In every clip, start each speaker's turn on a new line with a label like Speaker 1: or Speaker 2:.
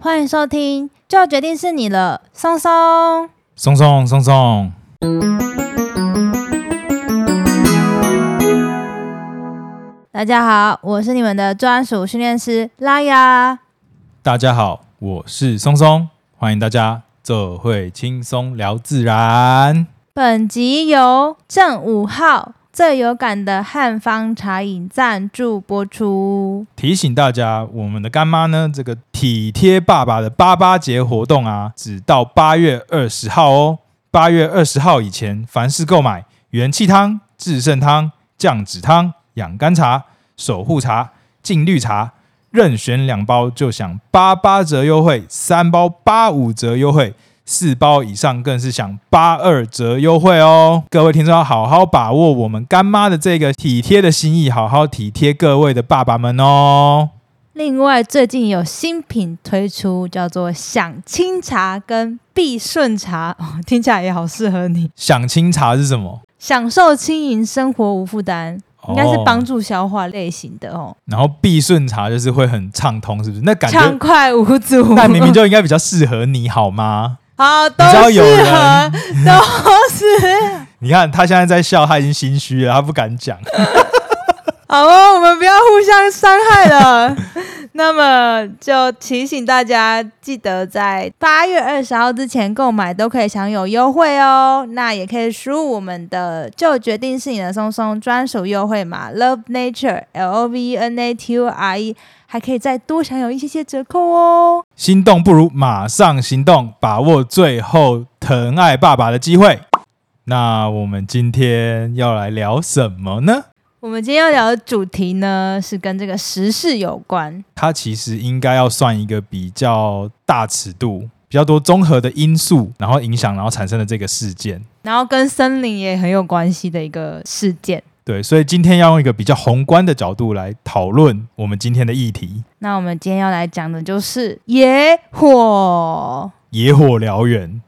Speaker 1: 欢迎收听，就决定是你了，松松。
Speaker 2: 松松松松，
Speaker 1: 大家好，我是你们的专属训练师拉雅。
Speaker 2: 大家好，我是松松，欢迎大家，这会轻松聊自然。
Speaker 1: 本集由正五号最有感的汉方茶饮赞助播出。
Speaker 2: 提醒大家，我们的干妈呢，这个体贴爸爸的八八节活动啊，只到八月二十号哦。八月二十号以前，凡是购买元气汤、至圣汤、降脂汤、养肝茶、守护茶、净绿茶，任选两包就享八八折优惠，三包八五折优惠。四包以上更是享八二折优惠哦！各位听众要好好把握我们干妈的这个体贴的心意，好好体贴各位的爸爸们哦。
Speaker 1: 另外，最近有新品推出，叫做享清茶跟必顺茶， 哦，听起来也好适合你，
Speaker 2: 想清茶是什么？
Speaker 1: 享受轻盈生活无负担，应该是帮
Speaker 2: 哦。
Speaker 1: 助消化类型的哦，
Speaker 2: 然后必顺茶就是会很畅通，是不是？那感
Speaker 1: 畅
Speaker 2: 觉，
Speaker 1: 快无阻。
Speaker 2: 那明明就应该比较适合你好吗？
Speaker 1: 好，都
Speaker 2: 你知道
Speaker 1: 适
Speaker 2: 有人
Speaker 1: 合， 都是。
Speaker 2: 你看他现在在笑，他已经心虚了，他不敢讲。
Speaker 1: 好哦，我们不要互相伤害了。 那么就提醒大家，记得在八月二十号之前购买都可以享有优惠哦。那也可以输入我们的“就决定是你的松松”专属优惠码 “Love Nature L O V E N A T U R E”，还可以再多享有一些些折扣哦。
Speaker 2: 心动不如马上行动，把握最后疼爱爸爸的机会。那我们今天要来聊什么呢？
Speaker 1: 我们今天要聊的主题呢，是跟这个时事有关。
Speaker 2: 它其实应该要算一个比较大尺度、比较多综合的因素，然后影响，然后产生的这个事件。
Speaker 1: 然后跟森林也很有关系的一个事件。
Speaker 2: 对，所以今天要用一个比较宏观的角度来讨论我们今天的议题。
Speaker 1: 那我们今天要来讲的就是野火。
Speaker 2: 野火燎原。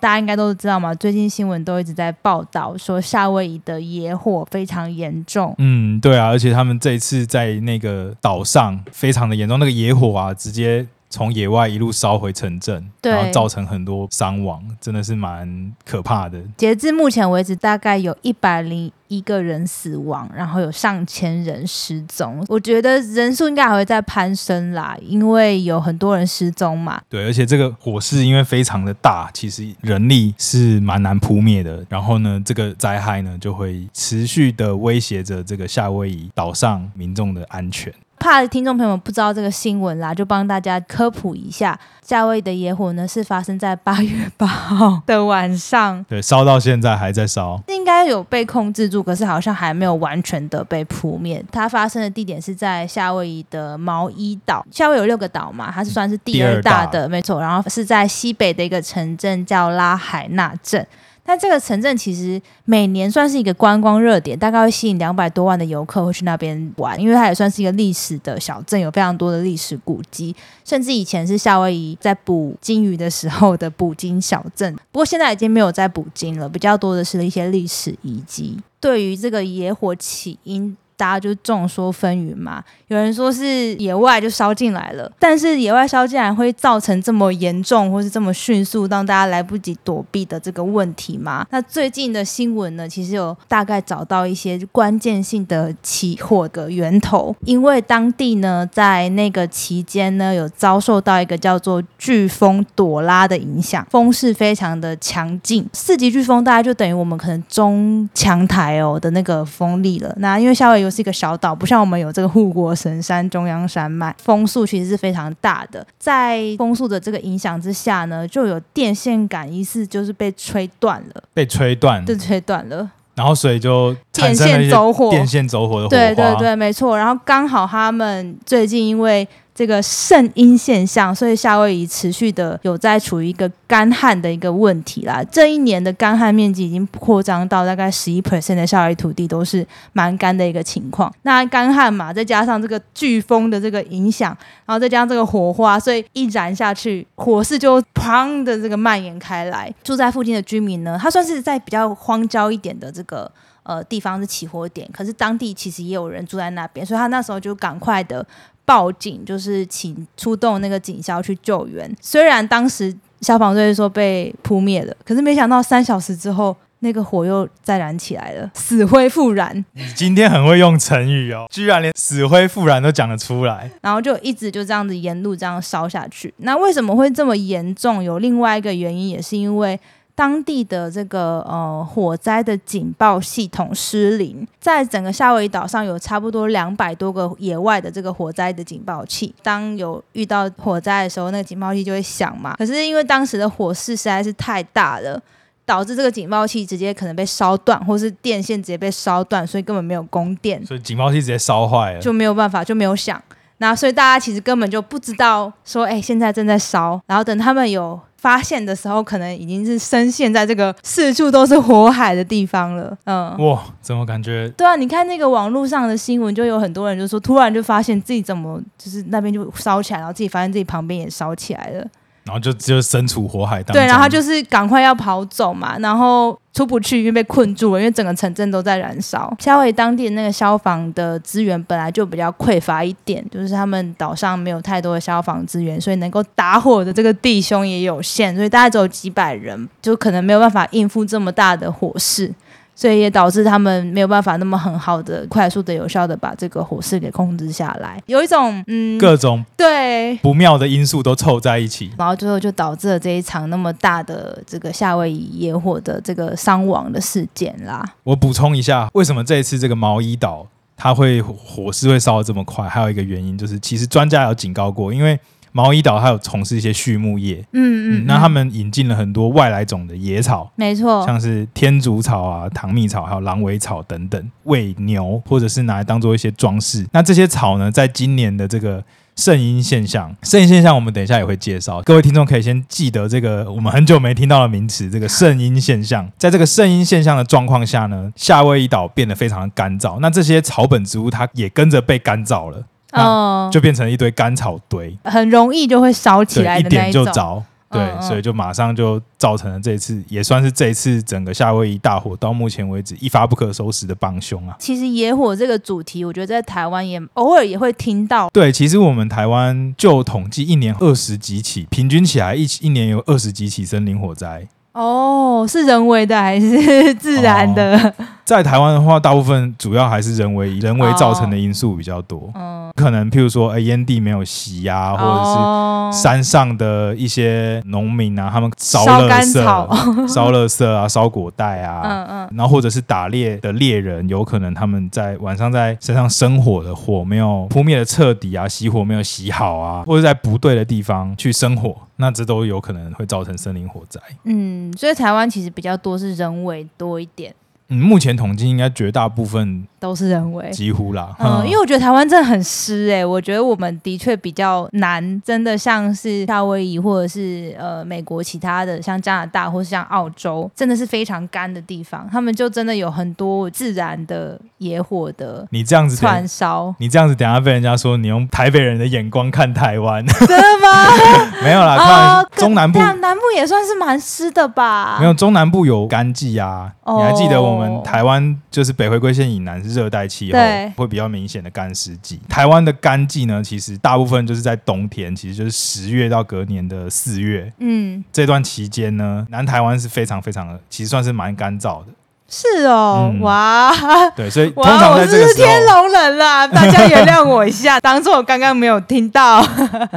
Speaker 1: 大家应该都知道嘛，最近新闻都一直在报道说夏威夷的野火非常严重。
Speaker 2: 嗯，对啊，而且他们这一次在那个岛上非常的严重，那个野火啊，直接从野外一路烧回城镇，
Speaker 1: 对
Speaker 2: 然后造成很多伤亡，真的是蛮可怕的。
Speaker 1: 截至目前为止，大概有一百零一个人死亡，然后有上千人失踪。我觉得人数应该还会再攀升啦，因为有很多人失踪嘛。
Speaker 2: 对，而且这个火势因为非常的大，其实人力是蛮难扑灭的。然后呢，这个灾害呢就会持续的威胁着这个夏威夷岛上民众的安全。
Speaker 1: 怕听众朋友们不知道这个新闻啦，就帮大家科普一下，夏威夷的野火呢是发生在八月八号的晚上，
Speaker 2: 对，烧到现在还在烧。
Speaker 1: 应该有被控制住，可是好像还没有完全的被扑灭。它发生的地点是在夏威夷的毛伊岛，夏威夷有六个岛嘛，它是算是第二大
Speaker 2: 第
Speaker 1: 的，没错。然后是在西北的一个城镇叫拉海纳镇。那这个城镇其实每年算是一个观光热点，大概会吸引两百多万的游客会去那边玩，因为它也算是一个历史的小镇，有非常多的历史古迹。甚至以前是夏威夷在捕鲸鱼的时候的捕鲸小镇， 不过现在已经没有在捕鲸了，比较多的是一些历史遗迹。对于这个野火起因，大家就众说纷纭嘛。有人说是野外就烧进来了，但是野外烧进来会造成这么严重或是这么迅速让大家来不及躲避的这个问题吗？那最近的新闻呢，其实有大概找到一些关键性的起火的源头，因为当地呢在那个期间呢有遭受到一个叫做飓风朵拉的影响，风势非常的强劲，四级飓风大概就等于我们可能中强台哦的那个风力了。那因为夏威夷又是一个小岛，不像我们有这个护国神山中央山脉，风速其实是非常大的。在风速的这个影响之下呢，就有电线杆疑似就是被吹断了，
Speaker 2: 被吹断，
Speaker 1: 就吹断了，
Speaker 2: 然后所以就
Speaker 1: 电
Speaker 2: 产生了一
Speaker 1: 线
Speaker 2: 些
Speaker 1: 走火，
Speaker 2: 电线走火的火花。
Speaker 1: 对对对，没错。然后刚好他们最近因为这个圣婴现象，所以夏威夷持续的有在处于一个干旱的一个问题啦。这一年的干旱面积已经扩张到大概十一 percent 的夏威夷土地都是蛮干的一个情况。那干旱嘛，再加上这个飓风的这个影响，然后再加上这个火花，所以一燃下去，火势就砰的这个蔓延开来。住在附近的居民呢，他算是在比较荒郊一点的这个呃地方是起火点，可是当地其实也有人住在那边，所以他那时候就赶快的报警，就是请出动那个警消去救援。虽然当时消防队说被扑灭了，可是没想到三小时之后。那个火又再燃起来了，死灰复燃，
Speaker 2: 你今天很会用成语哦，居然连死灰复燃都讲得出来。
Speaker 1: 然后就一直就这样子沿路这样烧下去。那为什么会这么严重？有另外一个原因，也是因为当地的这个呃火灾的警报系统失灵，在整个夏威夷岛上有差不多两百多个野外的这个火灾的警报器。当有遇到火灾的时候，那个警报器就会响嘛。可是因为当时的火势实在是太大了。导致这个警报器直接可能被烧断，或是电线直接被烧断，所以根本没有供电。
Speaker 2: 所以警报器直接烧坏了，
Speaker 1: 就没有办法，就没有响。那所以大家其实根本就不知道说，哎、现在正在烧。然后等他们有发现的时候，可能已经是深陷在这个四处都是火海的地方了。嗯，
Speaker 2: 哇，怎么感觉
Speaker 1: 对啊，你看那个网络上的新闻，就有很多人就说，突然就发现自己怎么就是那边就烧起来，然后自己发现自己旁边也烧起来了。
Speaker 2: 然后就就身处火海当中。
Speaker 1: 对，然后他就是赶快要跑走嘛，然后出不去，因为被困住了，因为整个城镇都在燃烧。夏威夷当地的那个消防的资源本来就比较匮乏一点，就是他们岛上没有太多的消防资源，所以能够打火的这个弟兄也有限，所以大概只有几百人，就可能没有办法应付这么大的火势。所以也导致他们没有办法那么很好的、快速的、有效的把这个火势给控制下来，有一种嗯，
Speaker 2: 各种
Speaker 1: 对
Speaker 2: 不妙的因素都凑在一起，
Speaker 1: 然后最后就导致了这一场那么大的这个夏威夷野火的这个伤亡的事件啦。
Speaker 2: 我补充一下，为什么这一次这个毛伊岛它会火势会烧得这么快？还有一个原因就是，其实专家有警告过，因为毛伊岛它有从事一些畜牧业，
Speaker 1: 嗯嗯，
Speaker 2: 那他
Speaker 1: 嗯
Speaker 2: 们引进了很多外来种的野草，
Speaker 1: 没错，
Speaker 2: 像是天竺草啊、糖蜜草还有狼尾草等等，喂牛或者是拿来当做一些装饰。那这些草呢，在今年的这个圣婴现象，圣婴现象我们等一下也会介绍，各位听众可以先记得这个我们很久没听到的名词，这个圣婴现象。在这个圣婴现象的状况下呢，夏威夷岛变得非常的干燥，那这些草本植物它也跟着被干燥了，
Speaker 1: 嗯，
Speaker 2: 啊就变成一堆干草堆，
Speaker 1: 很容易就会烧起
Speaker 2: 对，
Speaker 1: 来
Speaker 2: 一
Speaker 1: 的那
Speaker 2: 点
Speaker 1: 种
Speaker 2: 就。着。对，
Speaker 1: 嗯嗯
Speaker 2: 所以就马上就造成了这一次，也算是这一次整个夏威夷大火到目前为止一发不可收拾的帮凶啊。
Speaker 1: 其实野火这个主题，我觉得在台湾也偶尔也会听到。
Speaker 2: 对，其实我们台湾就统计一年二十几起，平均起来一一年有二十几起森林火灾。
Speaker 1: 哦，是人为的还是自然的？
Speaker 2: 在台湾的话，大部分主要还是人为人为造成的因素比较多，
Speaker 1: 嗯，
Speaker 2: 可能譬如说，哎，烟蒂没有吸啊，或者
Speaker 1: 哦
Speaker 2: 是山上的一些农民啊，他们烧
Speaker 1: 烧
Speaker 2: 垃
Speaker 1: 干
Speaker 2: 圾、
Speaker 1: 草
Speaker 2: 烧垃圾啊，烧果袋啊，
Speaker 1: 嗯嗯，
Speaker 2: 然后或者是打猎的猎人，有可能他们在晚上在山上生火的火没有扑灭的彻底啊，熄火没有熄好啊，或者在不对的地方去生火，那这都有可能会造成森林火灾。
Speaker 1: 嗯，所以台湾其实比较多是人为多一点，
Speaker 2: 嗯，目前统计应该绝大部分
Speaker 1: 都是人为。
Speaker 2: 几乎啦，
Speaker 1: 嗯，因为我觉得台湾真的很湿诶、我觉得我们的确比较难，真的像是夏威夷或者是呃美国其他的，像加拿大或是像澳洲，真的是非常干的地方，他们就真的有很多自然的野火的
Speaker 2: 你这样子等，
Speaker 1: 串。烧
Speaker 2: 你这样子，等一下被人家说你用台北人的眼光看台湾，
Speaker 1: 真的吗？ 啊
Speaker 2: 没有啦，开玩笑中南部
Speaker 1: 这样南部也算是蛮湿的吧？
Speaker 2: 没有，中南部有干季啊。
Speaker 1: 啊哦
Speaker 2: 你还记得我们台湾就是北回归线以南是热带气候
Speaker 1: 对，
Speaker 2: 会比较明显的干湿季。台湾的干季呢，其实大部分就是在冬天，其实就是十月到隔年的四月
Speaker 1: 嗯，
Speaker 2: 这段期间呢，南台湾是非常非常的，其实算是蛮干燥的。
Speaker 1: 是哦，
Speaker 2: 嗯
Speaker 1: 哇。
Speaker 2: 对，所以通
Speaker 1: 哇！
Speaker 2: 常
Speaker 1: 我
Speaker 2: 在
Speaker 1: 是
Speaker 2: 这
Speaker 1: 不
Speaker 2: 个
Speaker 1: 是
Speaker 2: 时
Speaker 1: 天
Speaker 2: 候，
Speaker 1: 龙人啦，大家原谅我一下， 当做我刚刚没有听到。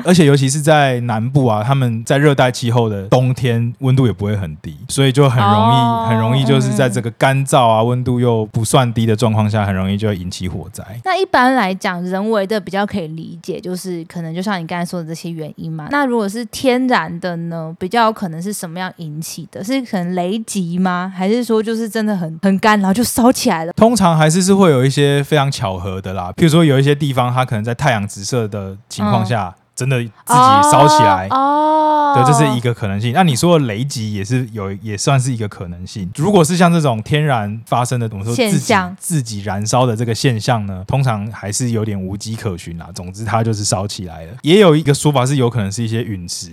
Speaker 2: 而且尤其是在南部啊，他们在热带气候的冬天，温度也不会很低，所以就很容易、
Speaker 1: 哦
Speaker 2: 很容易就是在这个干燥啊、温度又不算低的状况下，很容易就会引起火灾。
Speaker 1: 那一般来讲，人为的比较可以理解，就是可能就像你刚才说的这些原因嘛。那如果是天然的呢，比较有可能是什么样引起的？是可能雷击吗？还是说就是真的很很干，然后就烧起来了？
Speaker 2: 通常还是是会有一些非常巧合的啦，譬如说有一些地方它可能在太阳直射的情况下，真的自己烧起来。
Speaker 1: 嗯哦，
Speaker 2: 对，这是一个可能性。那你说的雷击也是有，也算是一个可能性。如果是像这种天然发生的，我们说
Speaker 1: 现
Speaker 2: 自己
Speaker 1: 象
Speaker 2: 自己燃烧的这个现象呢，通常还是有点无迹可寻啦。总之，它就是烧起来了。也有一个说法是，有可能是一些陨石，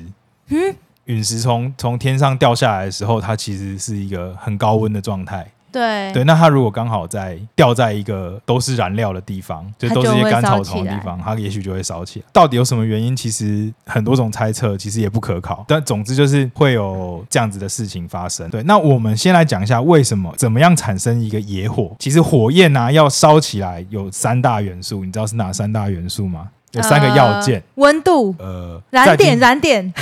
Speaker 1: 嗯，
Speaker 2: 陨石从从天上掉下来的时候，它其实是一个很高温的状态。
Speaker 1: 对
Speaker 2: 对，那它如果刚好在掉在一个都是燃料的地方，就
Speaker 1: 它
Speaker 2: 都是
Speaker 1: 就
Speaker 2: 一些
Speaker 1: 会
Speaker 2: 干
Speaker 1: 烧
Speaker 2: 草
Speaker 1: 起
Speaker 2: 丛的地
Speaker 1: 来
Speaker 2: 方，它也许就会烧起来。到底有什么原因？其实很多种猜测，其实也不可考。但总之就是会有这样子的事情发生。对，那我们先来讲一下为什么怎么样产生一个野火。其实火焰啊要烧起来有三大元素，你知道是哪三大元素吗？有三个要件
Speaker 1: 呃，温度、
Speaker 2: 呃，
Speaker 1: 燃
Speaker 2: 在
Speaker 1: 点、
Speaker 2: 听
Speaker 1: 燃点。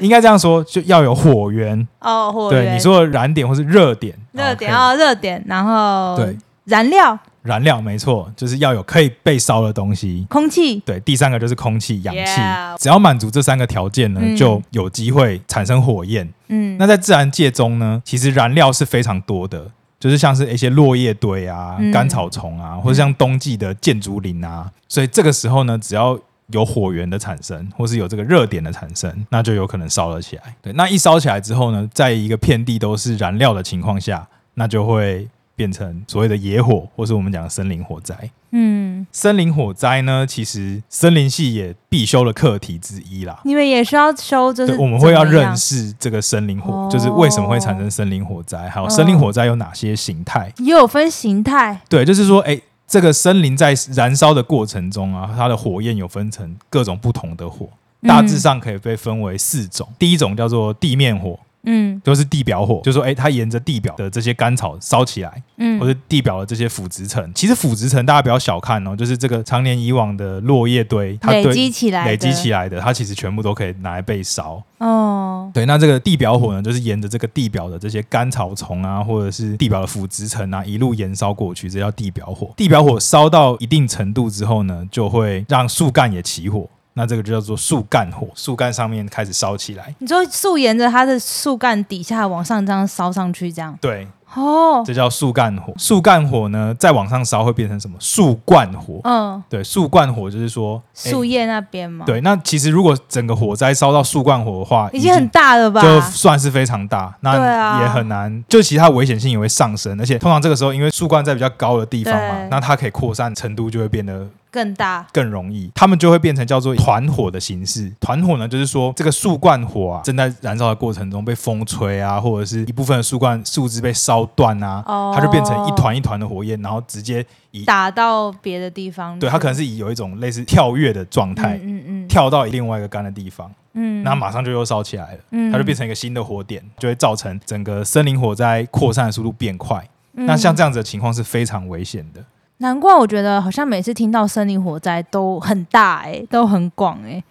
Speaker 2: 应该这样说，就要有火源。
Speaker 1: 哦，火
Speaker 2: 对，
Speaker 1: 源。
Speaker 2: 你说的燃点或是热点，
Speaker 1: 热点
Speaker 2: 啊，
Speaker 1: 哦，热点，然后
Speaker 2: 对，
Speaker 1: 燃料、
Speaker 2: 燃料没错，就是要有可以被烧的东西。
Speaker 1: 空气。
Speaker 2: 对，第三个就是空气、氧气
Speaker 1: Yeah
Speaker 2: 只要满足这三个条件呢，
Speaker 1: 嗯
Speaker 2: 就有机会产生火焰。
Speaker 1: 嗯，
Speaker 2: 那在自然界中呢，其实燃料是非常多的，就是像是一些落叶堆啊、
Speaker 1: 嗯
Speaker 2: 干草丛啊，或者像冬季的建筑林啊，所以这个时候呢，只要有火源的产生，或是有这个热点的产生，那就有可能烧了起来。对，那一烧起来之后呢，在一个遍地都是燃料的情况下，那就会变成所谓的野火，或是我们讲的森林火灾。
Speaker 1: 嗯，
Speaker 2: 森林火灾呢，其实森林系也必修的课题之一啦。
Speaker 1: 你们也是要收，就是
Speaker 2: 对，我们会要
Speaker 1: 怎么样
Speaker 2: 认识这个森林火，
Speaker 1: 哦
Speaker 2: 就是为什么会产生森林火灾，还有森林火灾有哪些形态。
Speaker 1: 也有分形态，
Speaker 2: 对，就是说，哎，这个森林在燃烧的过程中啊，它的火焰有分成各种不同的火，
Speaker 1: 嗯
Speaker 2: 大致上可以被分为四种。第一种叫做地面火，
Speaker 1: 嗯
Speaker 2: 就是地表火，就是说，哎，它沿着地表的这些干草烧起来，
Speaker 1: 嗯
Speaker 2: 或者地表的这些腐殖层。其实腐殖层大家不要小看哦，就是这个常年以往的落叶堆，它
Speaker 1: 累
Speaker 2: 堆
Speaker 1: 积起来的，
Speaker 2: 累积起来的，它其实全部都可以拿来被烧。
Speaker 1: 哦，
Speaker 2: 对，那这个地表火呢，就是沿着这个地表的这些干草丛啊，或者是地表的腐殖层啊，一路延烧过去，这叫地表火。地表火烧到一定程度之后呢，就会让树干也起火。那这个就叫做树干火，树干上面开始烧起来。
Speaker 1: 你就树沿着它的树干底下往上这样烧上去，这样
Speaker 2: 对，
Speaker 1: 哦，
Speaker 2: 这叫树干火。树干火呢，再往上烧会变成什么？树冠火。
Speaker 1: 嗯，
Speaker 2: 对，树冠火就是说，哎
Speaker 1: 树叶那边嘛，，
Speaker 2: 对，那其实如果整个火灾烧到树冠火的话，
Speaker 1: 已经很大了吧？
Speaker 2: 就算是非常大，
Speaker 1: 对
Speaker 2: 那
Speaker 1: 啊
Speaker 2: 也很难，就其他危险性也会上升，而且通常这个时候因为树冠在比较高的地方嘛
Speaker 1: 对，
Speaker 2: 那它可以扩散程度就会变得
Speaker 1: 更大，
Speaker 2: 更容易，它们就会变成叫做团火的形式。团火呢，就是说这个树冠火啊，正在燃烧的过程中被风吹啊，或者是一部分的树冠树枝被烧断啊，
Speaker 1: 哦嗯
Speaker 2: 它就变成一团一团的火焰，然后直接以
Speaker 1: 打到别的地方去，
Speaker 2: 对它可能是以有一种类似跳跃的状态。
Speaker 1: 嗯嗯嗯
Speaker 2: 跳到另外一个干的地方，
Speaker 1: 嗯，
Speaker 2: 那马上就又烧起来了。
Speaker 1: 嗯
Speaker 2: 它就变成一个新的火点，就会造成整个森林火灾扩散的速度变快。
Speaker 1: 嗯
Speaker 2: 那像这样子的情况是非常危险的。
Speaker 1: 难怪我觉得好像每次听到森林火灾都很大哎、都很广哎、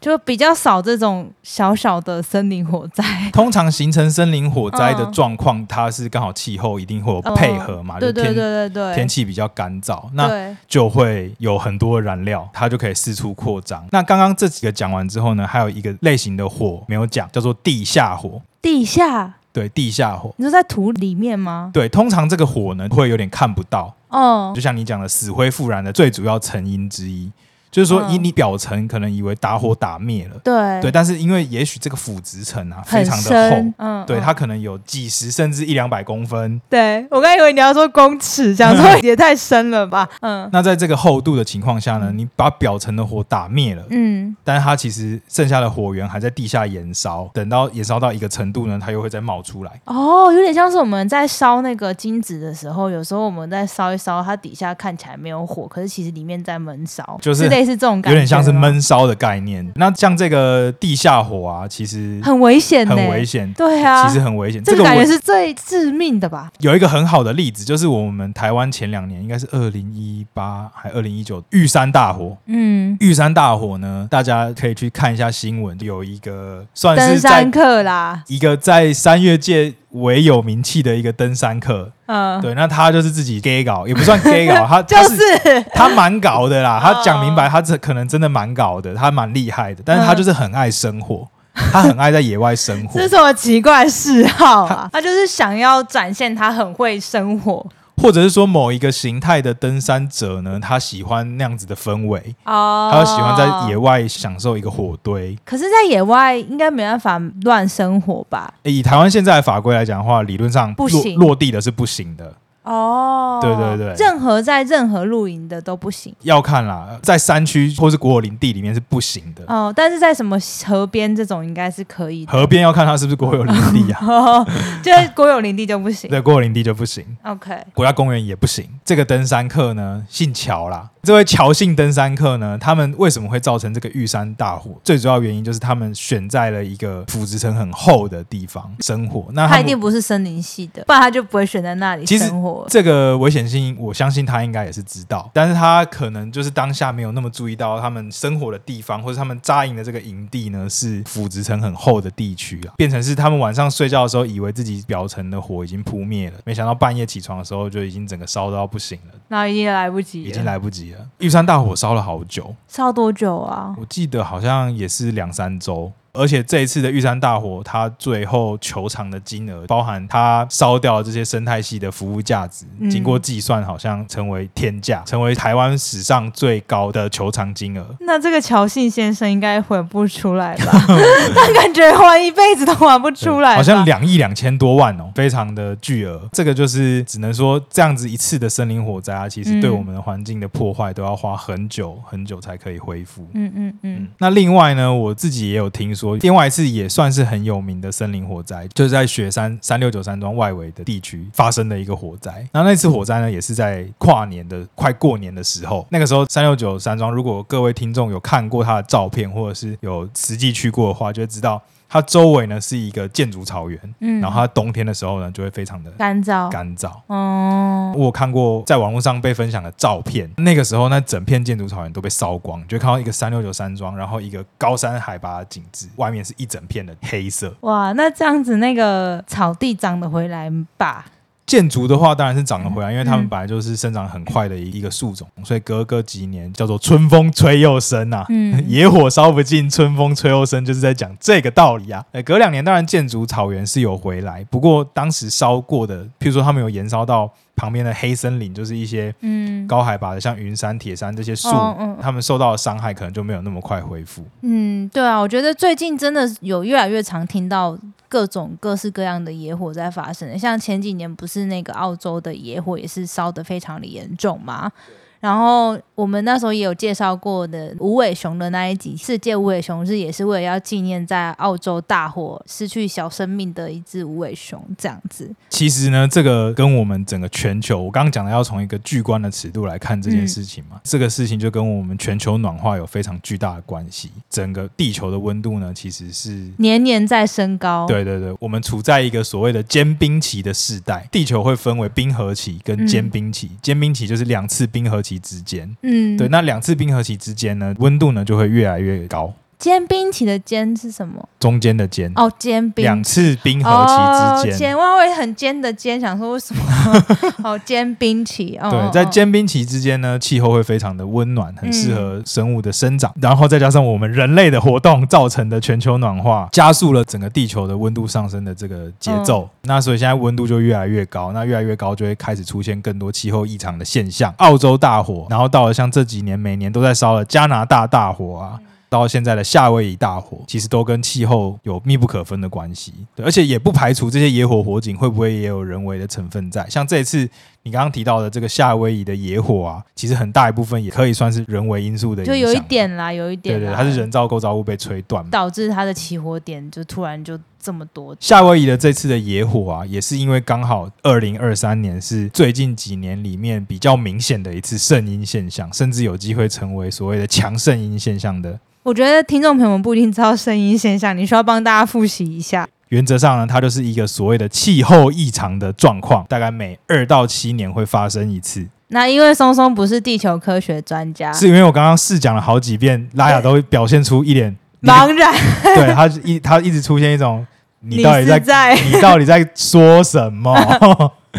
Speaker 1: 就比较少这种小小的森林火灾。
Speaker 2: 通常形成森林火灾的
Speaker 1: 嗯哦
Speaker 2: 状况，它是刚好气候一定会有 配合嘛，
Speaker 1: 对
Speaker 2: 就是
Speaker 1: 对
Speaker 2: 天
Speaker 1: 对对对，
Speaker 2: 天气比较干燥，那
Speaker 1: 对
Speaker 2: 就会有很多燃料，它就可以四处扩张。那刚刚这几个讲完之后呢，还有一个类型的火没有讲，叫做地下火。
Speaker 1: 地下，
Speaker 2: 对，地下火。
Speaker 1: 你说在土里面吗？
Speaker 2: 对，通常这个火呢会有点看不到，
Speaker 1: 哦
Speaker 2: 就，像你讲的，死灰复燃的最主要成因之一，就是说，
Speaker 1: 嗯
Speaker 2: 以你表层可能以为打火打灭了，
Speaker 1: 对
Speaker 2: 对，，但是因为也许这个腐殖层啊非
Speaker 1: 很
Speaker 2: 常的厚
Speaker 1: 深，，嗯，
Speaker 2: 对，
Speaker 1: 嗯
Speaker 2: 它可能有几十甚至一两百公分。
Speaker 1: 对我刚以为你要说公尺，想说
Speaker 2: 嗯
Speaker 1: 也太深了吧？嗯
Speaker 2: 那在这个厚度的情况下呢，你把表层的火打灭了，
Speaker 1: 嗯，
Speaker 2: 但是它其实剩下的火源还在地下燃烧，等到燃烧到一个程度呢，它又会再冒出来。
Speaker 1: 哦，有点像是我们在烧那个金子的时候，有时候我们在烧一烧，它底下看起来没有火，可是其实里面在闷烧，
Speaker 2: 就是
Speaker 1: 类似这种感觉，
Speaker 2: 有点像是，闷烧的概念。那像这个地下火啊，其实
Speaker 1: 很危险、呢，
Speaker 2: 很危，险，
Speaker 1: 对啊，
Speaker 2: 其实很危险。
Speaker 1: 这
Speaker 2: 个
Speaker 1: 个感
Speaker 2: 我
Speaker 1: 觉是最致命的吧？
Speaker 2: 有一个很好的例子，就是我们台湾前两年应该是二零一八还二零一九玉山大火。
Speaker 1: 嗯，
Speaker 2: 玉山大火呢，大家可以去看一下新闻，有一个算
Speaker 1: 登
Speaker 2: 是在
Speaker 1: 山客啦，
Speaker 2: 一个在山岳界为有名气的一个登山客。
Speaker 1: 嗯，
Speaker 2: 对，那他就是自己 gay 搞，也不算 gay 搞，他
Speaker 1: 就
Speaker 2: 他是
Speaker 1: 是
Speaker 2: 他蛮搞的啦。他
Speaker 1: 哦
Speaker 2: 讲明白，他这可能真的蛮搞的，他蛮厉害的，但是他就是很爱 生活，他很爱在野外生活
Speaker 1: 这是，什么奇怪嗜好啊？他就是想要展现他很会生活
Speaker 2: 或者是说某一个形态的登山者呢，他喜欢那样子的氛围。
Speaker 1: 哦，
Speaker 2: 他喜欢在野。外享受一个火堆。
Speaker 1: 可是，在野外应该没办法乱生活吧？
Speaker 2: 诶以台湾现在的法规来讲的话，理论上
Speaker 1: 不
Speaker 2: 落
Speaker 1: 行
Speaker 2: 落地的是不行的。
Speaker 1: 哦，
Speaker 2: 对对对
Speaker 1: 任何在任何露营的都不行
Speaker 2: 要看啦，在山区或是国有林地里面是不行的，
Speaker 1: 哦，但是在什么河边这种应该是可以的，
Speaker 2: 河边要看它是不是国有林 地啊，
Speaker 1: 哦，就是国有林地就不行。
Speaker 2: 对，国有林地就不行。
Speaker 1: OK，
Speaker 2: 国家公园也不行。这个登山客呢，姓乔啦。这位乔姓登山客呢，他们为什么会造成这个玉山大火？最主要原因就是他们选在了一个腐殖层很厚的地方生活。那
Speaker 1: 他
Speaker 2: 他
Speaker 1: 一定
Speaker 2: 们
Speaker 1: 不是森林系的，不然他就不会选在那里
Speaker 2: 其实
Speaker 1: 生活。
Speaker 2: 这个危险性，我相信他应该也是知道，但是他可能就是当下没有那么注意到他们生活的地方，或者他们扎营的这个营地呢，是腐殖层很厚的地区啊，变成是他们晚上睡觉的时候，以为自己表层的火已经扑灭了，没想到半夜起床的时候就已经整个烧到不行了。
Speaker 1: 那已经来不及了，
Speaker 2: 已经来不及了。玉山大火烧了好久，
Speaker 1: 烧多久啊？
Speaker 2: 我记得好像也是两三周。而且这一次的玉山大火，它最后球场的金额，包含它烧掉的这些生态系的服务价值，
Speaker 1: 嗯
Speaker 2: 经过计算，好像成为天价，成为台湾史上最高的球场金额。
Speaker 1: 那这个乔信先生应该还不出来 吧？他感觉还一辈子都还不出来吧，
Speaker 2: 好像两亿两千多万哦，非常的巨额。这个就是只能说这样子一次的森林火灾啊，其实对
Speaker 1: 嗯
Speaker 2: 我们的环境的破坏都要花很久很久才可以恢复。
Speaker 1: 嗯嗯嗯，
Speaker 2: 那另外呢，我自己也有听说，另外一次也算是很有名的森林火灾，就是在雪山三六九山庄外围的地区发生的一个火灾。那那次火灾呢，也是在跨年的快过年的时候，那个时候三六九山庄，如果各位听众有看过它的照片，或者是有实际去过的话，就会知道它周围呢是一个建筑草原，
Speaker 1: 嗯
Speaker 2: 然后它冬天的时候呢就会非常的
Speaker 1: 干燥，
Speaker 2: 干燥。
Speaker 1: 哦，
Speaker 2: 我有看过在网络上被分享的照片，那个时候那整片建筑草原都被烧光，你就会看到一个三六九山庄，然后一个高山海拔的景致，外面是一整片的黑色。
Speaker 1: 哇，那这样子那个草地长得回来吧？
Speaker 2: 建筑的话当然是长了回来，因为它们
Speaker 1: 嗯
Speaker 2: 本来就是生长很快的一个树种，所以隔个几年叫做春风吹又生啊。
Speaker 1: 嗯
Speaker 2: 野火烧不尽，春风吹又生，就是在讲这个道理啊。呃，隔两年当然建筑草原是有回来，不过当时烧过的，譬如说他们有延烧到旁边的黑森林，就是一些
Speaker 1: 嗯
Speaker 2: 高海拔的，像云山、铁山这些树，
Speaker 1: 哦嗯
Speaker 2: 他们受到的伤害可能就没有那么快恢复。
Speaker 1: 嗯，对啊，我觉得最近真的有越来越常听到各种各式各样的野火在发生，像前几年不是那个澳洲的野火也是烧得非常的严重嘛。然后我们那时候也有介绍过的无尾熊的那一集，世界无尾熊日也是为了要纪念在澳洲大火失去小生命的一只无尾熊，这样子。
Speaker 2: 其实呢，这个跟我们整个全球，我刚刚讲的要从一个巨观的尺度来看
Speaker 1: 嗯
Speaker 2: 这件事情嘛，这个事情就跟我们全球暖化有非常巨大的关系。整个地球的温度呢，其实是。
Speaker 1: 年年在升高，
Speaker 2: 对对对，我们处在一个所谓的坚冰期的世代，地球会分为冰河期跟坚冰期，坚冰期就是两次冰河期之间。
Speaker 1: 嗯，
Speaker 2: 对，那两次冰河期之间呢，温度呢就会越来越高，
Speaker 1: 煎冰期的煎是什么？
Speaker 2: 中间的间
Speaker 1: 哦，煎冰
Speaker 2: 两次冰河期之
Speaker 1: 哦、
Speaker 2: 间。
Speaker 1: 煎我会很煎的煎，想说为 什么？哦，煎冰期，哦、
Speaker 2: 对，
Speaker 1: 哦
Speaker 2: 在
Speaker 1: 哦
Speaker 2: 坚冰期之间呢，气候会非常的温暖，很适
Speaker 1: 嗯
Speaker 2: 合生物的生长。然后再加上我们人类的活动造成的全球暖化，加速了整个地球的温度上升的这个节
Speaker 1: 嗯
Speaker 2: 奏。那所以现在温度就越来越高，那越来越高就会开始出现更多气候异常的现象。澳洲大火，然后到了像这几年每年都在烧的加拿大大火啊，到现在的夏威夷大火，其实都跟气候有密不可分的关系。对，而且也不排除这些野火火警会不会也有人为的成分在。像这一次你刚刚提到的这个夏威夷的野火啊，其实很大一部分也可以算是人为因素的影
Speaker 1: 就
Speaker 2: 响。
Speaker 1: 有一，点啊啦，有一
Speaker 2: 对
Speaker 1: 点啦，
Speaker 2: 对，它是人造构造物被吹断嘛。
Speaker 1: 导致它的起火点就突然就这么多。
Speaker 2: 夏威夷的这次的野火啊，也是因为刚好二零二三年是最近几年里面比较明显的一次圣婴现象，甚至有机会成为所谓的强圣婴现象的
Speaker 1: 我觉得听众朋友们不一定知道声音现象，你需要帮大家复习一下。
Speaker 2: 原则上呢，它就是一个所谓的气候异常的状况，大概每二到七年会发生一次。
Speaker 1: 那因为松松不是地球科学专家，
Speaker 2: 是因为我刚刚试讲了好几遍，拉雅都表现出 一脸，
Speaker 1: 茫然，
Speaker 2: 对他一他一直出现一种 你到底
Speaker 1: 是
Speaker 2: 在
Speaker 1: 在
Speaker 2: 你到底在说什么？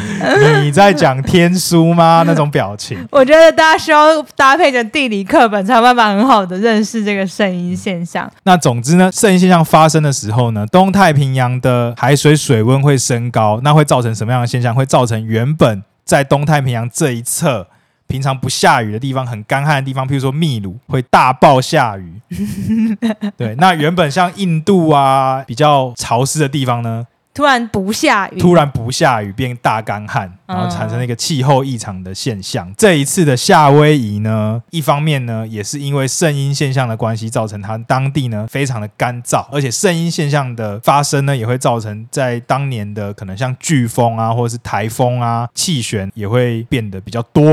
Speaker 2: 你在讲天书吗？那种表情。
Speaker 1: 我觉得大家需要搭配着地理课本，才有办法很好的认识这个声音现象。
Speaker 2: 那总之呢，圣婴现象发生的时候呢，东太平洋的海水水温会升高，那会造成什么样的现象？会造成原本在东太平洋这一侧平常不下雨的地方，很干旱的地方，譬如说秘鲁，会大暴下雨。对，那原本像印度啊比较潮湿的地方呢，
Speaker 1: 突然不下雨，
Speaker 2: 突然不下雨变大干旱，然后产生了一个气候异常的现象。这一次的夏威夷呢，一方面呢也是因为圣婴现象的关系，造成它当地呢非常的干燥，而且圣婴现象的发生呢，也会造成在当年的可能像飓风啊，或者是台风啊、气旋也会变得比较多，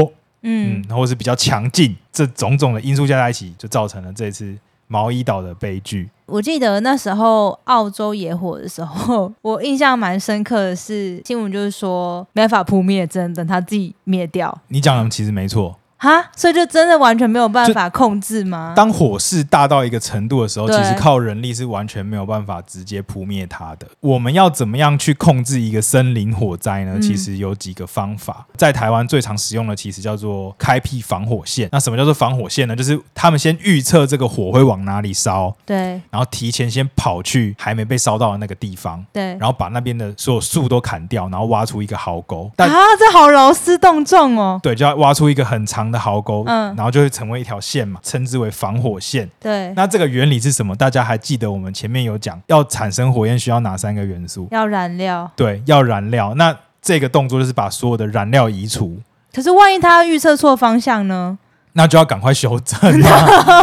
Speaker 2: 嗯
Speaker 1: 嗯，，
Speaker 2: 或者是比较强劲，这种种的因素加在一起，就造成了这次毛伊岛的悲剧。
Speaker 1: 我记得那时候澳洲野火的时候，我印象蛮深刻的是新闻就是说没法扑灭，只能等它自己灭掉
Speaker 2: 你讲的其实没错，
Speaker 1: 哈，所以就真的完全没有办法控制吗？
Speaker 2: 当火势大到一个程度的时候，其
Speaker 1: 对
Speaker 2: 实靠人力是完全没有办法直接扑灭它的。我们要怎么样去控制一个森林火灾呢？
Speaker 1: 嗯
Speaker 2: 其实有几个方法，在台湾最常使用的其实叫做开辟防火线。那什么叫做防火线呢？就是他们先预测这个火会往哪里烧，
Speaker 1: 对
Speaker 2: 然后提前先跑去还没被烧到的那个地方。
Speaker 1: 对，
Speaker 2: 然后把那边的所有树都砍掉，然后挖出一个壕沟，但
Speaker 1: 啊，这好劳师动众哦，
Speaker 2: 对，就要挖出一个很长的壕沟，
Speaker 1: 嗯
Speaker 2: 然后就会成为一条线嘛，称之为防火线。
Speaker 1: 对，
Speaker 2: 那这个原理是什么？大家还记得我们前面有讲，要产生火焰需要哪三个元素？
Speaker 1: 要燃料。
Speaker 2: 对，要燃料。那这个动作就是把所有的燃料移除，
Speaker 1: 可是万一他预测错方向呢？
Speaker 2: 那就要赶快修正 啊，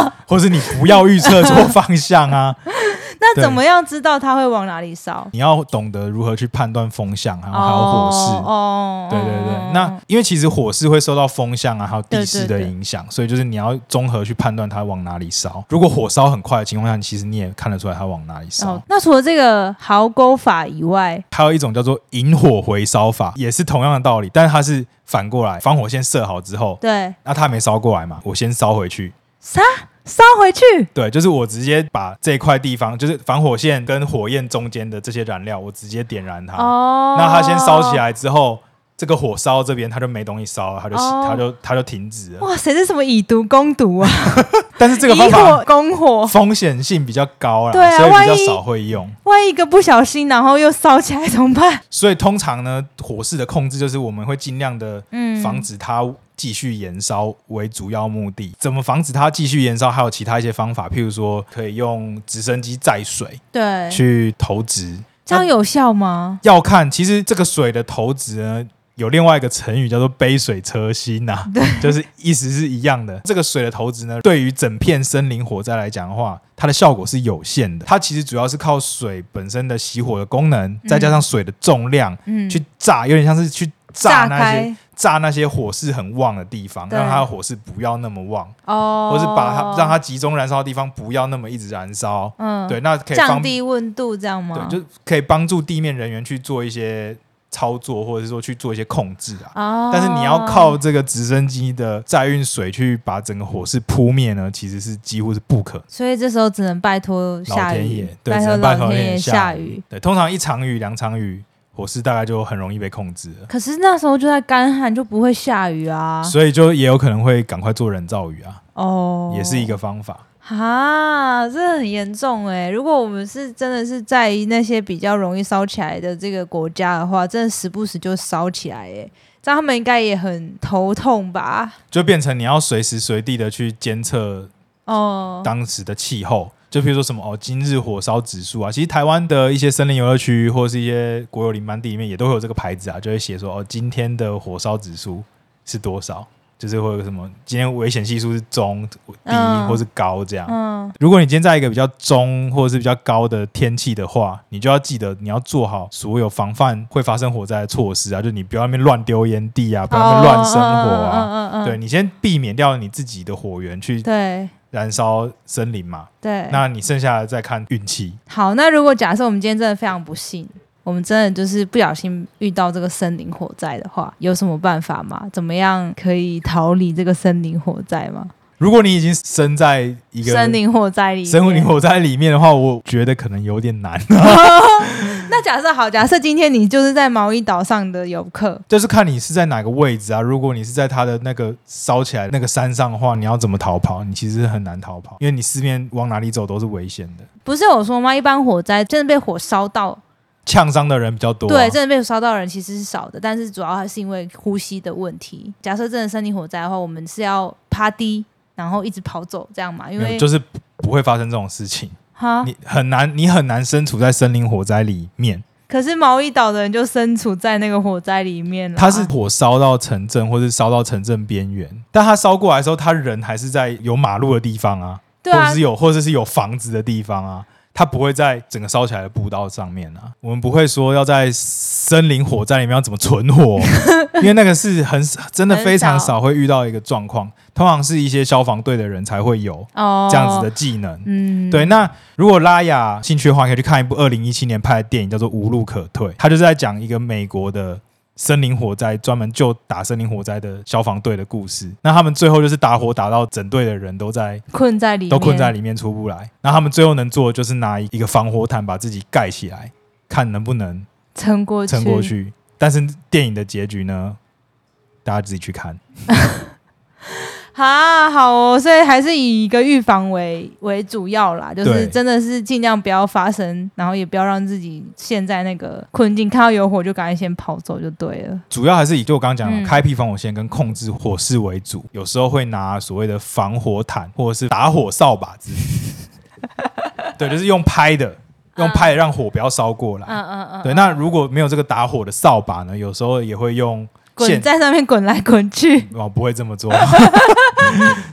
Speaker 2: 或是你不要预测错方向啊。
Speaker 1: 那
Speaker 2: 对
Speaker 1: 怎么样知道他会往哪里烧？
Speaker 2: 你要懂得如何去判断风向，啊还有还有火势。
Speaker 1: 哦哦，
Speaker 2: 对对对
Speaker 1: 哦，
Speaker 2: 那因为其实火势会受到风向啊，还有地
Speaker 1: 对
Speaker 2: 势
Speaker 1: 对
Speaker 2: 的
Speaker 1: 对
Speaker 2: 影响，所以就是你要综合去判断它往哪里烧。如果火烧很快的情况下，其实你也看得出来它往哪里烧。
Speaker 1: 哦，那除了这个壕沟法以外，
Speaker 2: 还有一种叫做引火回烧法，也是同样的道理，但是它是反过来，防火线设好之后，
Speaker 1: 对，
Speaker 2: 那它没烧过来嘛，我先烧回去。
Speaker 1: 啥烧回去？
Speaker 2: 对，就是我直接把这块地方，就是防火线跟火焰中间的这些燃料，我直接点燃它。
Speaker 1: 哦，
Speaker 2: 啊那它先烧起。来之后，这个火烧这边它就没东西烧了，它就、
Speaker 1: 哦
Speaker 2: 它就它就停止了。
Speaker 1: 哇塞，这什么以毒攻毒啊？
Speaker 2: 但是 这个
Speaker 1: 以
Speaker 2: 方法
Speaker 1: 火攻火，
Speaker 2: 风险性比较高啦，
Speaker 1: 对啊
Speaker 2: 所以比较
Speaker 1: 万一
Speaker 2: 少会用。
Speaker 1: 万一一个不小心，然后又烧起来怎么办？
Speaker 2: 所以通常呢，火势的控制就是我们会尽量的
Speaker 1: 嗯
Speaker 2: 防止它继续燃烧为主要目的。怎么防止它继续燃烧？还有其他一些方法，譬如说可以用直升机载水
Speaker 1: 对，
Speaker 2: 去投掷。
Speaker 1: 这样有效吗？
Speaker 2: 要看，其实这个水的投掷呢。有另外一个成语叫做“杯水车薪”呐，就是意思是一样的。这个水的投掷呢，对于整片森林火灾来讲的话，它的效果是有限的。它其实主要是靠水本身的熄火的功能，再加上水的重量，
Speaker 1: 嗯，
Speaker 2: 去炸，有点像是去
Speaker 1: 炸
Speaker 2: 炸那些
Speaker 1: 开
Speaker 2: 炸那些火势很旺的地方，
Speaker 1: 对
Speaker 2: 让它的火势不要那么旺，
Speaker 1: 哦，
Speaker 2: 或是把它让它集中燃烧的地方不要那么一直燃烧。
Speaker 1: 嗯
Speaker 2: 对，那可以
Speaker 1: 降
Speaker 2: 帮
Speaker 1: 低嗯温度这样吗？
Speaker 2: 对，就可以帮助地面人员去做一些操作，或者是说去做一些控制啊。
Speaker 1: 哦，
Speaker 2: 但是你要靠这个直升机的载运水去把整个火势扑灭呢，其实是几乎是不可能。
Speaker 1: 所以这时候只能拜托
Speaker 2: 老
Speaker 1: 下
Speaker 2: 天
Speaker 1: 雨
Speaker 2: 爷，，对，只
Speaker 1: 托
Speaker 2: 能拜
Speaker 1: 老
Speaker 2: 托
Speaker 1: 天爷
Speaker 2: 下
Speaker 1: 雨。。
Speaker 2: 对，通常一场雨、两场雨，火势大概就很容易被控制了。
Speaker 1: 可是那时候就在干旱，就不会下雨啊。
Speaker 2: 所以就也有可能会赶快做人造雨啊，
Speaker 1: 哦，
Speaker 2: 也是一个方法。
Speaker 1: 啊，这很严重哎、如果我们是真的是在那些比较容易烧起来的这个国家的话，真的时不时就烧起来哎、这样他们应该也很头痛吧？
Speaker 2: 就变成你要随时随地的去监测
Speaker 1: 哦，
Speaker 2: 当时的气候，就比如说什么哦，今日火烧指数啊，其实台湾的一些森林游乐区或是一些国有林班地里面也都会有这个牌子啊，就会写说哦，今天的火烧指数是多少，就是会有什么今天危险系数是中、低
Speaker 1: 嗯
Speaker 2: 或是高这样。
Speaker 1: 嗯，
Speaker 2: 如果你今天在一个比较中或者是比较高的天气的话，你就要记得你要做好所有防范会发生火灾的措施啊，就你不要在那边乱丢烟蒂啊，不要在那边乱生火啊。
Speaker 1: 嗯嗯嗯嗯嗯嗯
Speaker 2: 对你先避免掉你自己的火源去
Speaker 1: 对
Speaker 2: 燃烧森林嘛，
Speaker 1: 对。
Speaker 2: 那你剩下的再看运气。
Speaker 1: 好，那如果假设我们今天真的非常不幸，我们真的就是不小心遇到这个森林火灾的话，有什么办法吗？怎么样可以逃离这个森林火灾吗？
Speaker 2: 如果你已经身在一个
Speaker 1: 森林火灾里面，
Speaker 2: 森林火灾里面的话，我觉得可能有点难，
Speaker 1: 那假设好，假设今天你就是在毛伊岛上的游客，
Speaker 2: 就是看你是在哪个位置啊。如果你是在它的那个烧起来的那个山上的话，你要怎么逃跑？你其实很难逃跑，因为你四面往哪里走都是危险的。
Speaker 1: 不是有说吗？一般火灾真的被火烧到，
Speaker 2: 呛伤的人比较多、啊
Speaker 1: 对，，真的被烧到的人其实是少的，但是主要还是因为呼吸的问题。假设真的森林火灾的话，我们是要趴低，然后一直跑走这样嘛？因
Speaker 2: 没
Speaker 1: 为
Speaker 2: 有就是不不会发生这种事情。
Speaker 1: 哈，
Speaker 2: 你很难，你很难身处在森林火灾里面，
Speaker 1: 可是毛伊岛的人就身处在那个火灾里面了。
Speaker 2: 它是火烧到城镇，或是烧到城镇边缘，但它烧过来的时候，他人还是在有马路的地方啊，
Speaker 1: 对
Speaker 2: 或
Speaker 1: 啊
Speaker 2: 者是，有或者是有房子的地方啊，它不会在整个烧起来的步道上面啊。我们不会说要在森林火灾里面要怎么存 活，因为那个是很真的非常
Speaker 1: 很少
Speaker 2: 少会遇到一个状况，通常是一些消防队的人才会有
Speaker 1: 哦，
Speaker 2: 这样子的，技能。
Speaker 1: 嗯，
Speaker 2: 对，那如果拉雅兴趣的话，可以去看一部二零一七年拍的电影，叫做《无路可退》，它就是在讲一个美国的森林火灾，专门救打森林火灾的消防队的故事。那他们最后就是打火打到整队的人都在
Speaker 1: 困在里面，
Speaker 2: 都困在里面出不来，那他们最后能做的就是拿一个防火毯把自己盖起来，看能不能
Speaker 1: 撑过去，
Speaker 2: 撑过。去。但是电影的结局呢，大家自己去看。
Speaker 1: 啊，好哦，所以还是以一个预防为为主要啦，就是
Speaker 2: 对
Speaker 1: 真的是尽量不要发生，然后也不要让自己陷在那个困境，看到有火就赶快先跑走就对了。
Speaker 2: 主要还是以就我刚刚讲
Speaker 1: 嗯
Speaker 2: 的开辟防火线跟控制火势为主，有时候会拿所谓的防火毯或者是打火扫把 之类的对，就是用拍的，用拍的让火不要烧过来。
Speaker 1: 嗯嗯嗯，
Speaker 2: 对，那如果没有这个打火的扫把呢，有时候也会用
Speaker 1: 滚
Speaker 2: 线
Speaker 1: 在上面滚来滚 去，
Speaker 2: 哦，不会这么做，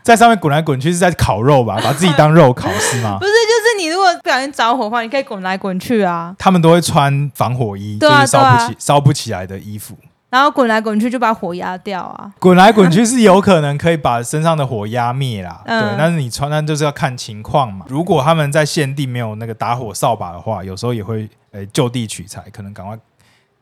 Speaker 2: 在上面滚来滚去是在烤肉吧？把自己当肉烤是吗
Speaker 1: 不？是，就是你如果不小心着火的话，你可以滚来滚去啊，
Speaker 2: 他们都会穿防火衣，
Speaker 1: 对啊
Speaker 2: 就是烧不
Speaker 1: 对
Speaker 2: 起、烧不起来的衣服。
Speaker 1: 然后滚来滚去就把火压掉啊。
Speaker 2: 滚来滚去是有可能可以把身上的火压灭啦，
Speaker 1: 嗯
Speaker 2: 对，但是你穿那就是要看情况嘛。如果他们在现地没有那个打火扫把的话，有时候也会呃就地取材，可能赶快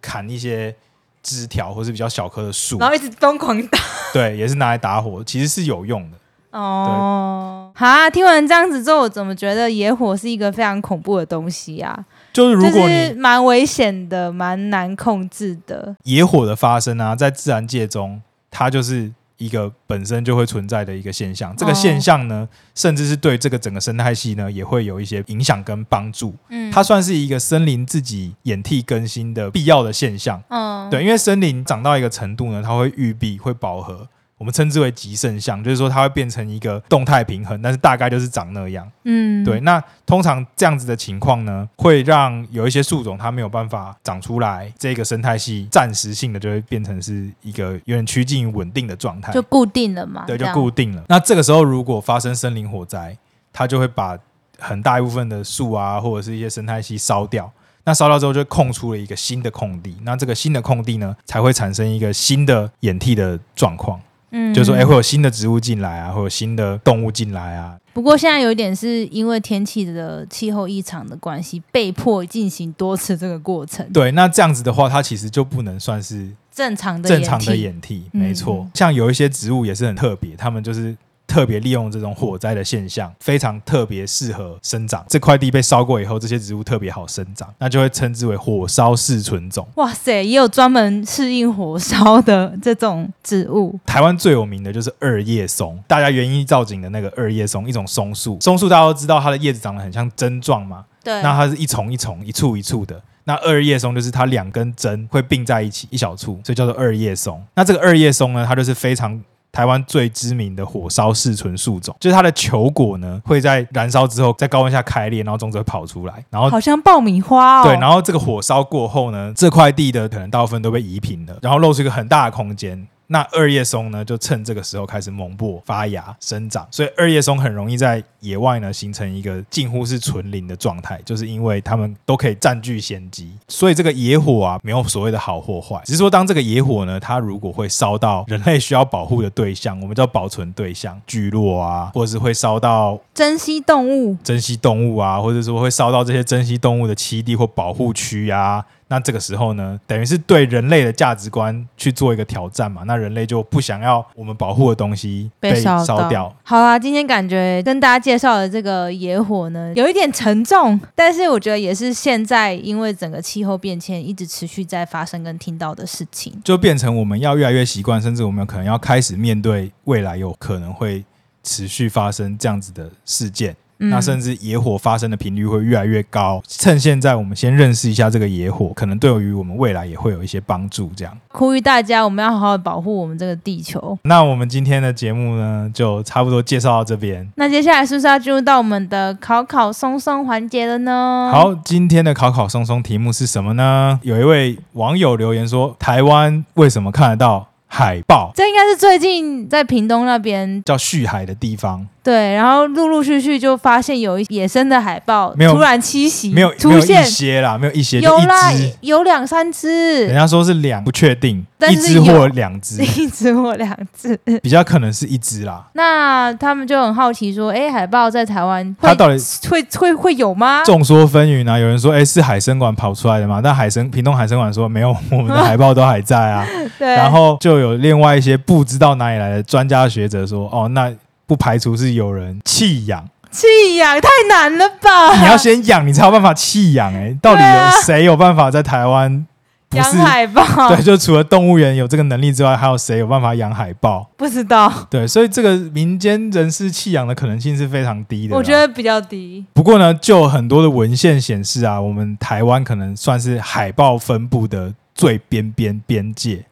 Speaker 2: 砍一些枝条或是比较小棵的树
Speaker 1: 然，后一直疯狂打。
Speaker 2: 对，也是拿来打火，其实是有用的。
Speaker 1: 哦，好啊！听完这样子之后，我怎么觉得野火是一个非常恐怖的东西啊？
Speaker 2: 就是如果
Speaker 1: 就是
Speaker 2: 你
Speaker 1: 蛮危险的，蛮难控制的。
Speaker 2: 野火的发生啊，在自然界中，它就是一个本身就会存在的一个现象。这个
Speaker 1: 哦
Speaker 2: 现象呢，甚至是对这个整个生态系呢，也会有一些影响跟帮助。
Speaker 1: 嗯
Speaker 2: 它算是一个森林自己掩替更新的必要的现象。
Speaker 1: 嗯，
Speaker 2: 对，因为森林长到一个程度呢，它会育碧，会饱和，我们称之为极盛象，就是说它会变成一个动态平衡，但是大概就是长那样。
Speaker 1: 嗯，
Speaker 2: 对，，那通常这样子的情况呢，会让有一些树种它没有办法长出来，这个生态系暂时性的就会变成是一个有点趋近于稳定的状态
Speaker 1: 就，固定了嘛，
Speaker 2: 哎对，
Speaker 1: 啊这
Speaker 2: 就
Speaker 1: 样
Speaker 2: 固定了。那这个时候如果发生森林火灾，它就会把很大一部分的树啊，或者是一些生态系烧掉。那烧掉之后，就空出了一个新的空地。那这个新的空地呢，才会产生一个新的掩替的状况，
Speaker 1: 嗯，
Speaker 2: 就是说，哎、会有新的植物进来啊，会有新的动物进来啊，
Speaker 1: 不过现在有一点是因为天气的气候异常的关系，被迫进行多次这个过程，
Speaker 2: 对，那这样子的话，它其实就不能算是
Speaker 1: 正常的
Speaker 2: 正常的
Speaker 1: 演
Speaker 2: 掩替，
Speaker 1: 嗯
Speaker 2: 没错。像有一些植物也是很特别，它们就是特别利用这种火灾的现象，非常特别适合生长。这块地被烧过以后，这些植物特别好生长，那就会称之为火烧适存种。
Speaker 1: 哇塞，也有专门适应火烧的这种植物，
Speaker 2: 台湾最有名的就是二叶松，大家园艺造景的那个二叶松，一种松树。松树大家都知道，它的叶子长得很像针状嘛，
Speaker 1: 对
Speaker 2: 那它是一丛一丛、一簇一簇的。那二叶松就是它两根针会并在一起，一小簇，所以叫做二叶松。那这个二叶松呢，它就是非常台湾最知名的火烧适存树种，就是它的球果呢会在燃烧之后，在高温下开裂，然后种子会跑出来，然后
Speaker 1: 好像爆米花哦，
Speaker 2: 对，然后这个火烧过后呢，这块地的可能大部分都被移平了，然后露出一个很大的空间。那二叶松呢，就趁这个时候开始猛勃发芽生长，所以二叶松很容易在野外呢形成一个近乎是纯林的状态，就是因为它们都可以占据先机。所以这个野火啊，没有所谓的好或坏，只是说当这个野火呢，它如果会烧到人类需要保护的对象，我们叫保存对象，聚落啊，或者是会烧到
Speaker 1: 珍稀动物，
Speaker 2: 珍稀动物啊，或者说会烧到这些珍稀动物的栖地或保护区啊。那这个时候呢，等于是对人类的价值观去做一个挑战嘛。那人类就不想要我们保护的东西
Speaker 1: 被烧
Speaker 2: 烧
Speaker 1: 到
Speaker 2: 掉。
Speaker 1: 好啦，今天感觉跟大家介绍的这个野火呢，有一点沉重，但是我觉得也是现在因为整个气候变迁一直持续在发生跟听到的事情。
Speaker 2: 就变成我们要越来越习惯，甚至我们可能要开始面对未来有可能会持续发生这样子的事件。
Speaker 1: 嗯
Speaker 2: 那甚至野火发生的频率会越来越高。趁现在，我们先认识一下这个野火，可能对于我们未来也会有一些帮助。这样，
Speaker 1: 呼吁大家，我们要好好地保护我们这个地球。
Speaker 2: 那我们今天的节目呢，就差不多介绍到这边。
Speaker 1: 那接下来是不是要进入到我们的考考松松环节了呢？，
Speaker 2: 好，今天的考考松松题目是什么呢？有一位网友留言说，台湾为什么看得到海豹？
Speaker 1: 这应该是最近在屏东那边
Speaker 2: 叫旭海的地方，
Speaker 1: 对，然后陆陆续续就发现有一野生的海豹
Speaker 2: 没有
Speaker 1: 突然栖息，
Speaker 2: 没有没
Speaker 1: 嗯出
Speaker 2: 有
Speaker 1: 现
Speaker 2: 一，些啦，没有一些，就
Speaker 1: 有
Speaker 2: 一
Speaker 1: 啦
Speaker 2: 只。，
Speaker 1: 有两三
Speaker 2: 人
Speaker 1: 只，
Speaker 2: 家说是两，不确定，
Speaker 1: 但
Speaker 2: 一
Speaker 1: 是
Speaker 2: 只
Speaker 1: 有
Speaker 2: 或两只，
Speaker 1: 一只或两只。
Speaker 2: 比较可能是一只啦。
Speaker 1: 那他们就很好奇说，哎，海豹在台湾 会
Speaker 2: 它到底
Speaker 1: 会会会有吗？
Speaker 2: 众说纷纭啊，有人说，哎、是海参馆跑出来的嘛？但海参屏东海参馆说没有，我们的海豹都还在啊。
Speaker 1: 对，
Speaker 2: 然后就有另外一些不知道哪里来的专家学者说，哦，那不排除是有人弃 养，
Speaker 1: 弃养太难了吧？
Speaker 2: 你要先养，你才有办法弃养。 哎，到底
Speaker 1: 对啊
Speaker 2: 有谁有办法在台湾？不
Speaker 1: 养
Speaker 2: 是
Speaker 1: 海豹，
Speaker 2: 对，就除了动物园有这个能力之外，还有谁有办法养海豹？
Speaker 1: 不知道，
Speaker 2: 对，所以这个民间人士弃养的可能性是非常低的啦。
Speaker 1: 我觉得比较低。
Speaker 2: 不过呢，就很多的文献显示啊，我们台湾可能算是海豹分布的最边边边界。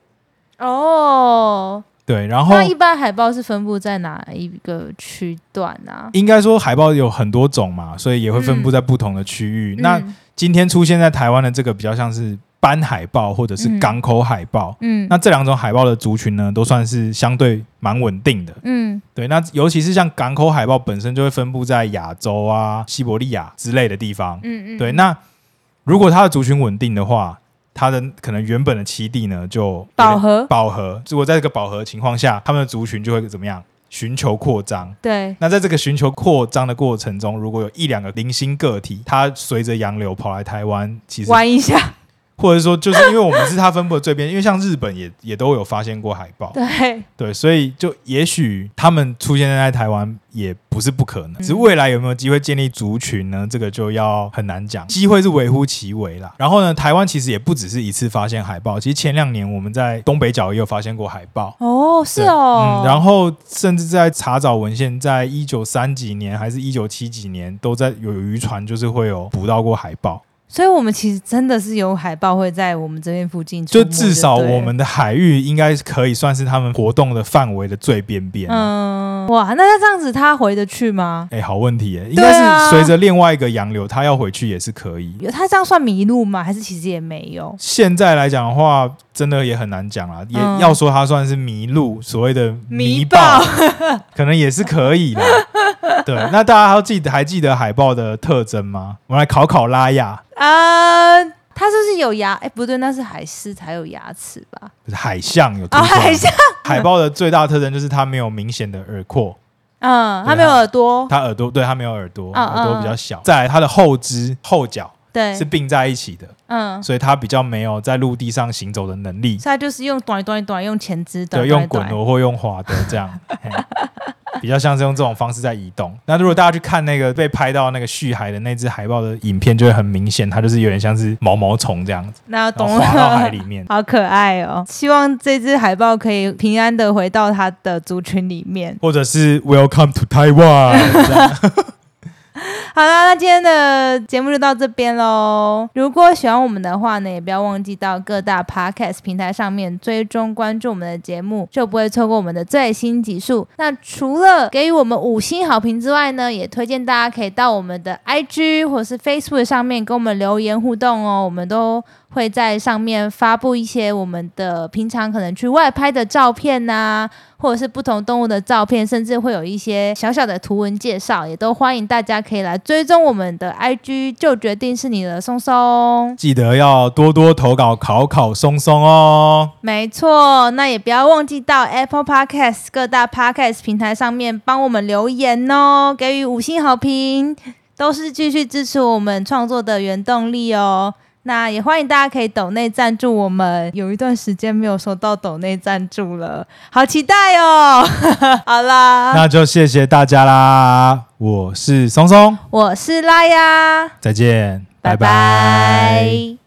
Speaker 1: 哦，
Speaker 2: 对，然后
Speaker 1: 那一般海豹是分布在哪一个区段啊？
Speaker 2: 应该说海豹有很多种嘛，所以也会分
Speaker 1: 嗯
Speaker 2: 布在不同的区域。那
Speaker 1: 嗯
Speaker 2: 今天出现在台湾的这个比较像是斑海豹或者是
Speaker 1: 嗯
Speaker 2: 港口海豹，
Speaker 1: 嗯
Speaker 2: 那这两种海豹的族群呢，都算是相对蛮稳定的。
Speaker 1: 嗯
Speaker 2: 对，那尤其是像港口海豹本身就会分布在亚洲啊、西伯利亚之类的地方。
Speaker 1: 嗯嗯，
Speaker 2: 对，那如果它的族群稳定的话，它的可能原本的栖地呢就
Speaker 1: 饱和
Speaker 2: 饱和。如果在这个饱和的情况下，它们的族群就会怎么样？寻求扩张。
Speaker 1: 对，
Speaker 2: 那在这个寻求扩张的过程中，如果有一两个零星个体，它随着洋流跑来台湾，其实
Speaker 1: 玩一下，
Speaker 2: 或者说就是因为我们是它分布的最边，因为像日本也也都有发现过海豹，
Speaker 1: 对，
Speaker 2: 对，所以就也许他们出现在台湾也不是不可能，
Speaker 1: 嗯
Speaker 2: 只是未来有没有机会建立族群呢？这个就要很难讲，机会是微乎其微啦。然后呢，台湾其实也不只是一次发现海豹，其实前两年我们在东北角也有发现过海豹。
Speaker 1: 哦，是
Speaker 2: 对
Speaker 1: 哦，
Speaker 2: 嗯，然后甚至在查找文献，在一九三几年还是一九七几年，都在有渔船就是会有捕到过海豹，
Speaker 1: 所以我们其实真的是有海豹会在我们这边附近出
Speaker 2: 就
Speaker 1: 没对了，
Speaker 2: 至少我们的海域应该可以算是他们活动的范围的最边边啊、
Speaker 1: 嗯，哇，那他这样子他回得去吗？
Speaker 2: 哎、好问题耶，应
Speaker 1: 对
Speaker 2: 该
Speaker 1: 啊
Speaker 2: 是随着另外一个洋流，它要回去也是可以。
Speaker 1: 有他这样算迷路吗？还是其实也没有？
Speaker 2: 现在来讲的话，真的也很难讲啦，也、
Speaker 1: 嗯
Speaker 2: 要说它算是迷路，所谓的
Speaker 1: 迷
Speaker 2: 豹
Speaker 1: 豹，
Speaker 2: 可能也是可以啦。对，那大家还记得还记得海豹的特征吗？我们来考考拉雅，
Speaker 1: 啊，它是不是有牙？哎，不对，那是海狮才有牙齿吧？
Speaker 2: 海象有听
Speaker 1: 啊，
Speaker 2: 过吗
Speaker 1: 海象，
Speaker 2: 海豹的最大特征就是它没有明显的耳廓，
Speaker 1: 嗯，
Speaker 2: 对啊
Speaker 1: 它没有耳朵，
Speaker 2: 它耳朵对它没有耳朵，
Speaker 1: 嗯
Speaker 2: 耳朵
Speaker 1: 嗯
Speaker 2: 比较小。再来，它的后肢后脚
Speaker 1: 对
Speaker 2: 是，并在一起的，
Speaker 1: 嗯，所
Speaker 2: 所以它比较没有在陆地上行走的能力
Speaker 1: 以。它就是用短短短，用前肢短，
Speaker 2: 对，用
Speaker 1: 短
Speaker 2: 滚哦轮或用滑的 这样，嘿比较像是用这种方式在移动。那如果大家去看那个被拍到那个旭海的那只海豹的影片，就会很明显，它就是有点像是毛毛虫这样子，
Speaker 1: 那
Speaker 2: 然
Speaker 1: 懂
Speaker 2: 后滑到海
Speaker 1: 了。。
Speaker 2: 里面
Speaker 1: 好可爱哦！希望这只海豹可以平安的回到它的族群里面。
Speaker 2: 或者是 Welcome to Taiwan，这样
Speaker 1: 好啦，那今天的节目就到这边喽。如果喜欢我们的话呢，也不要忘记到各大 podcast 平台上面追踪关注我们的节目，就不会错过我们的最新集数。那除了给予我们五星好评之外呢，也推荐大家可以到我们的 IG 或是 Facebook 上面跟我们留言互动哦，我们都。会在上面发布一些我们的平常可能去外拍的照片呐、或者是不同动物的照片，甚至会有一些小小的图文介绍，也都欢迎大家可以来追踪我们的 IG，就决定是你的松松。
Speaker 2: 记得要多多投稿，考考松松哦。
Speaker 1: 没错，那也不要忘记到 Apple Podcast 各大 Podcast 平台上面帮我们留言哦，给予五星好评，都是继续支持我们创作的原动力哦。那也欢迎大家可以抖内赞助我们，有一段时间没有收到抖内赞助了，好期待哦！ 好啦，
Speaker 2: 那就谢谢大家啦，我是松松，
Speaker 1: 我是拉呀，
Speaker 2: 再见，
Speaker 1: 拜
Speaker 2: 拜拜
Speaker 1: 拜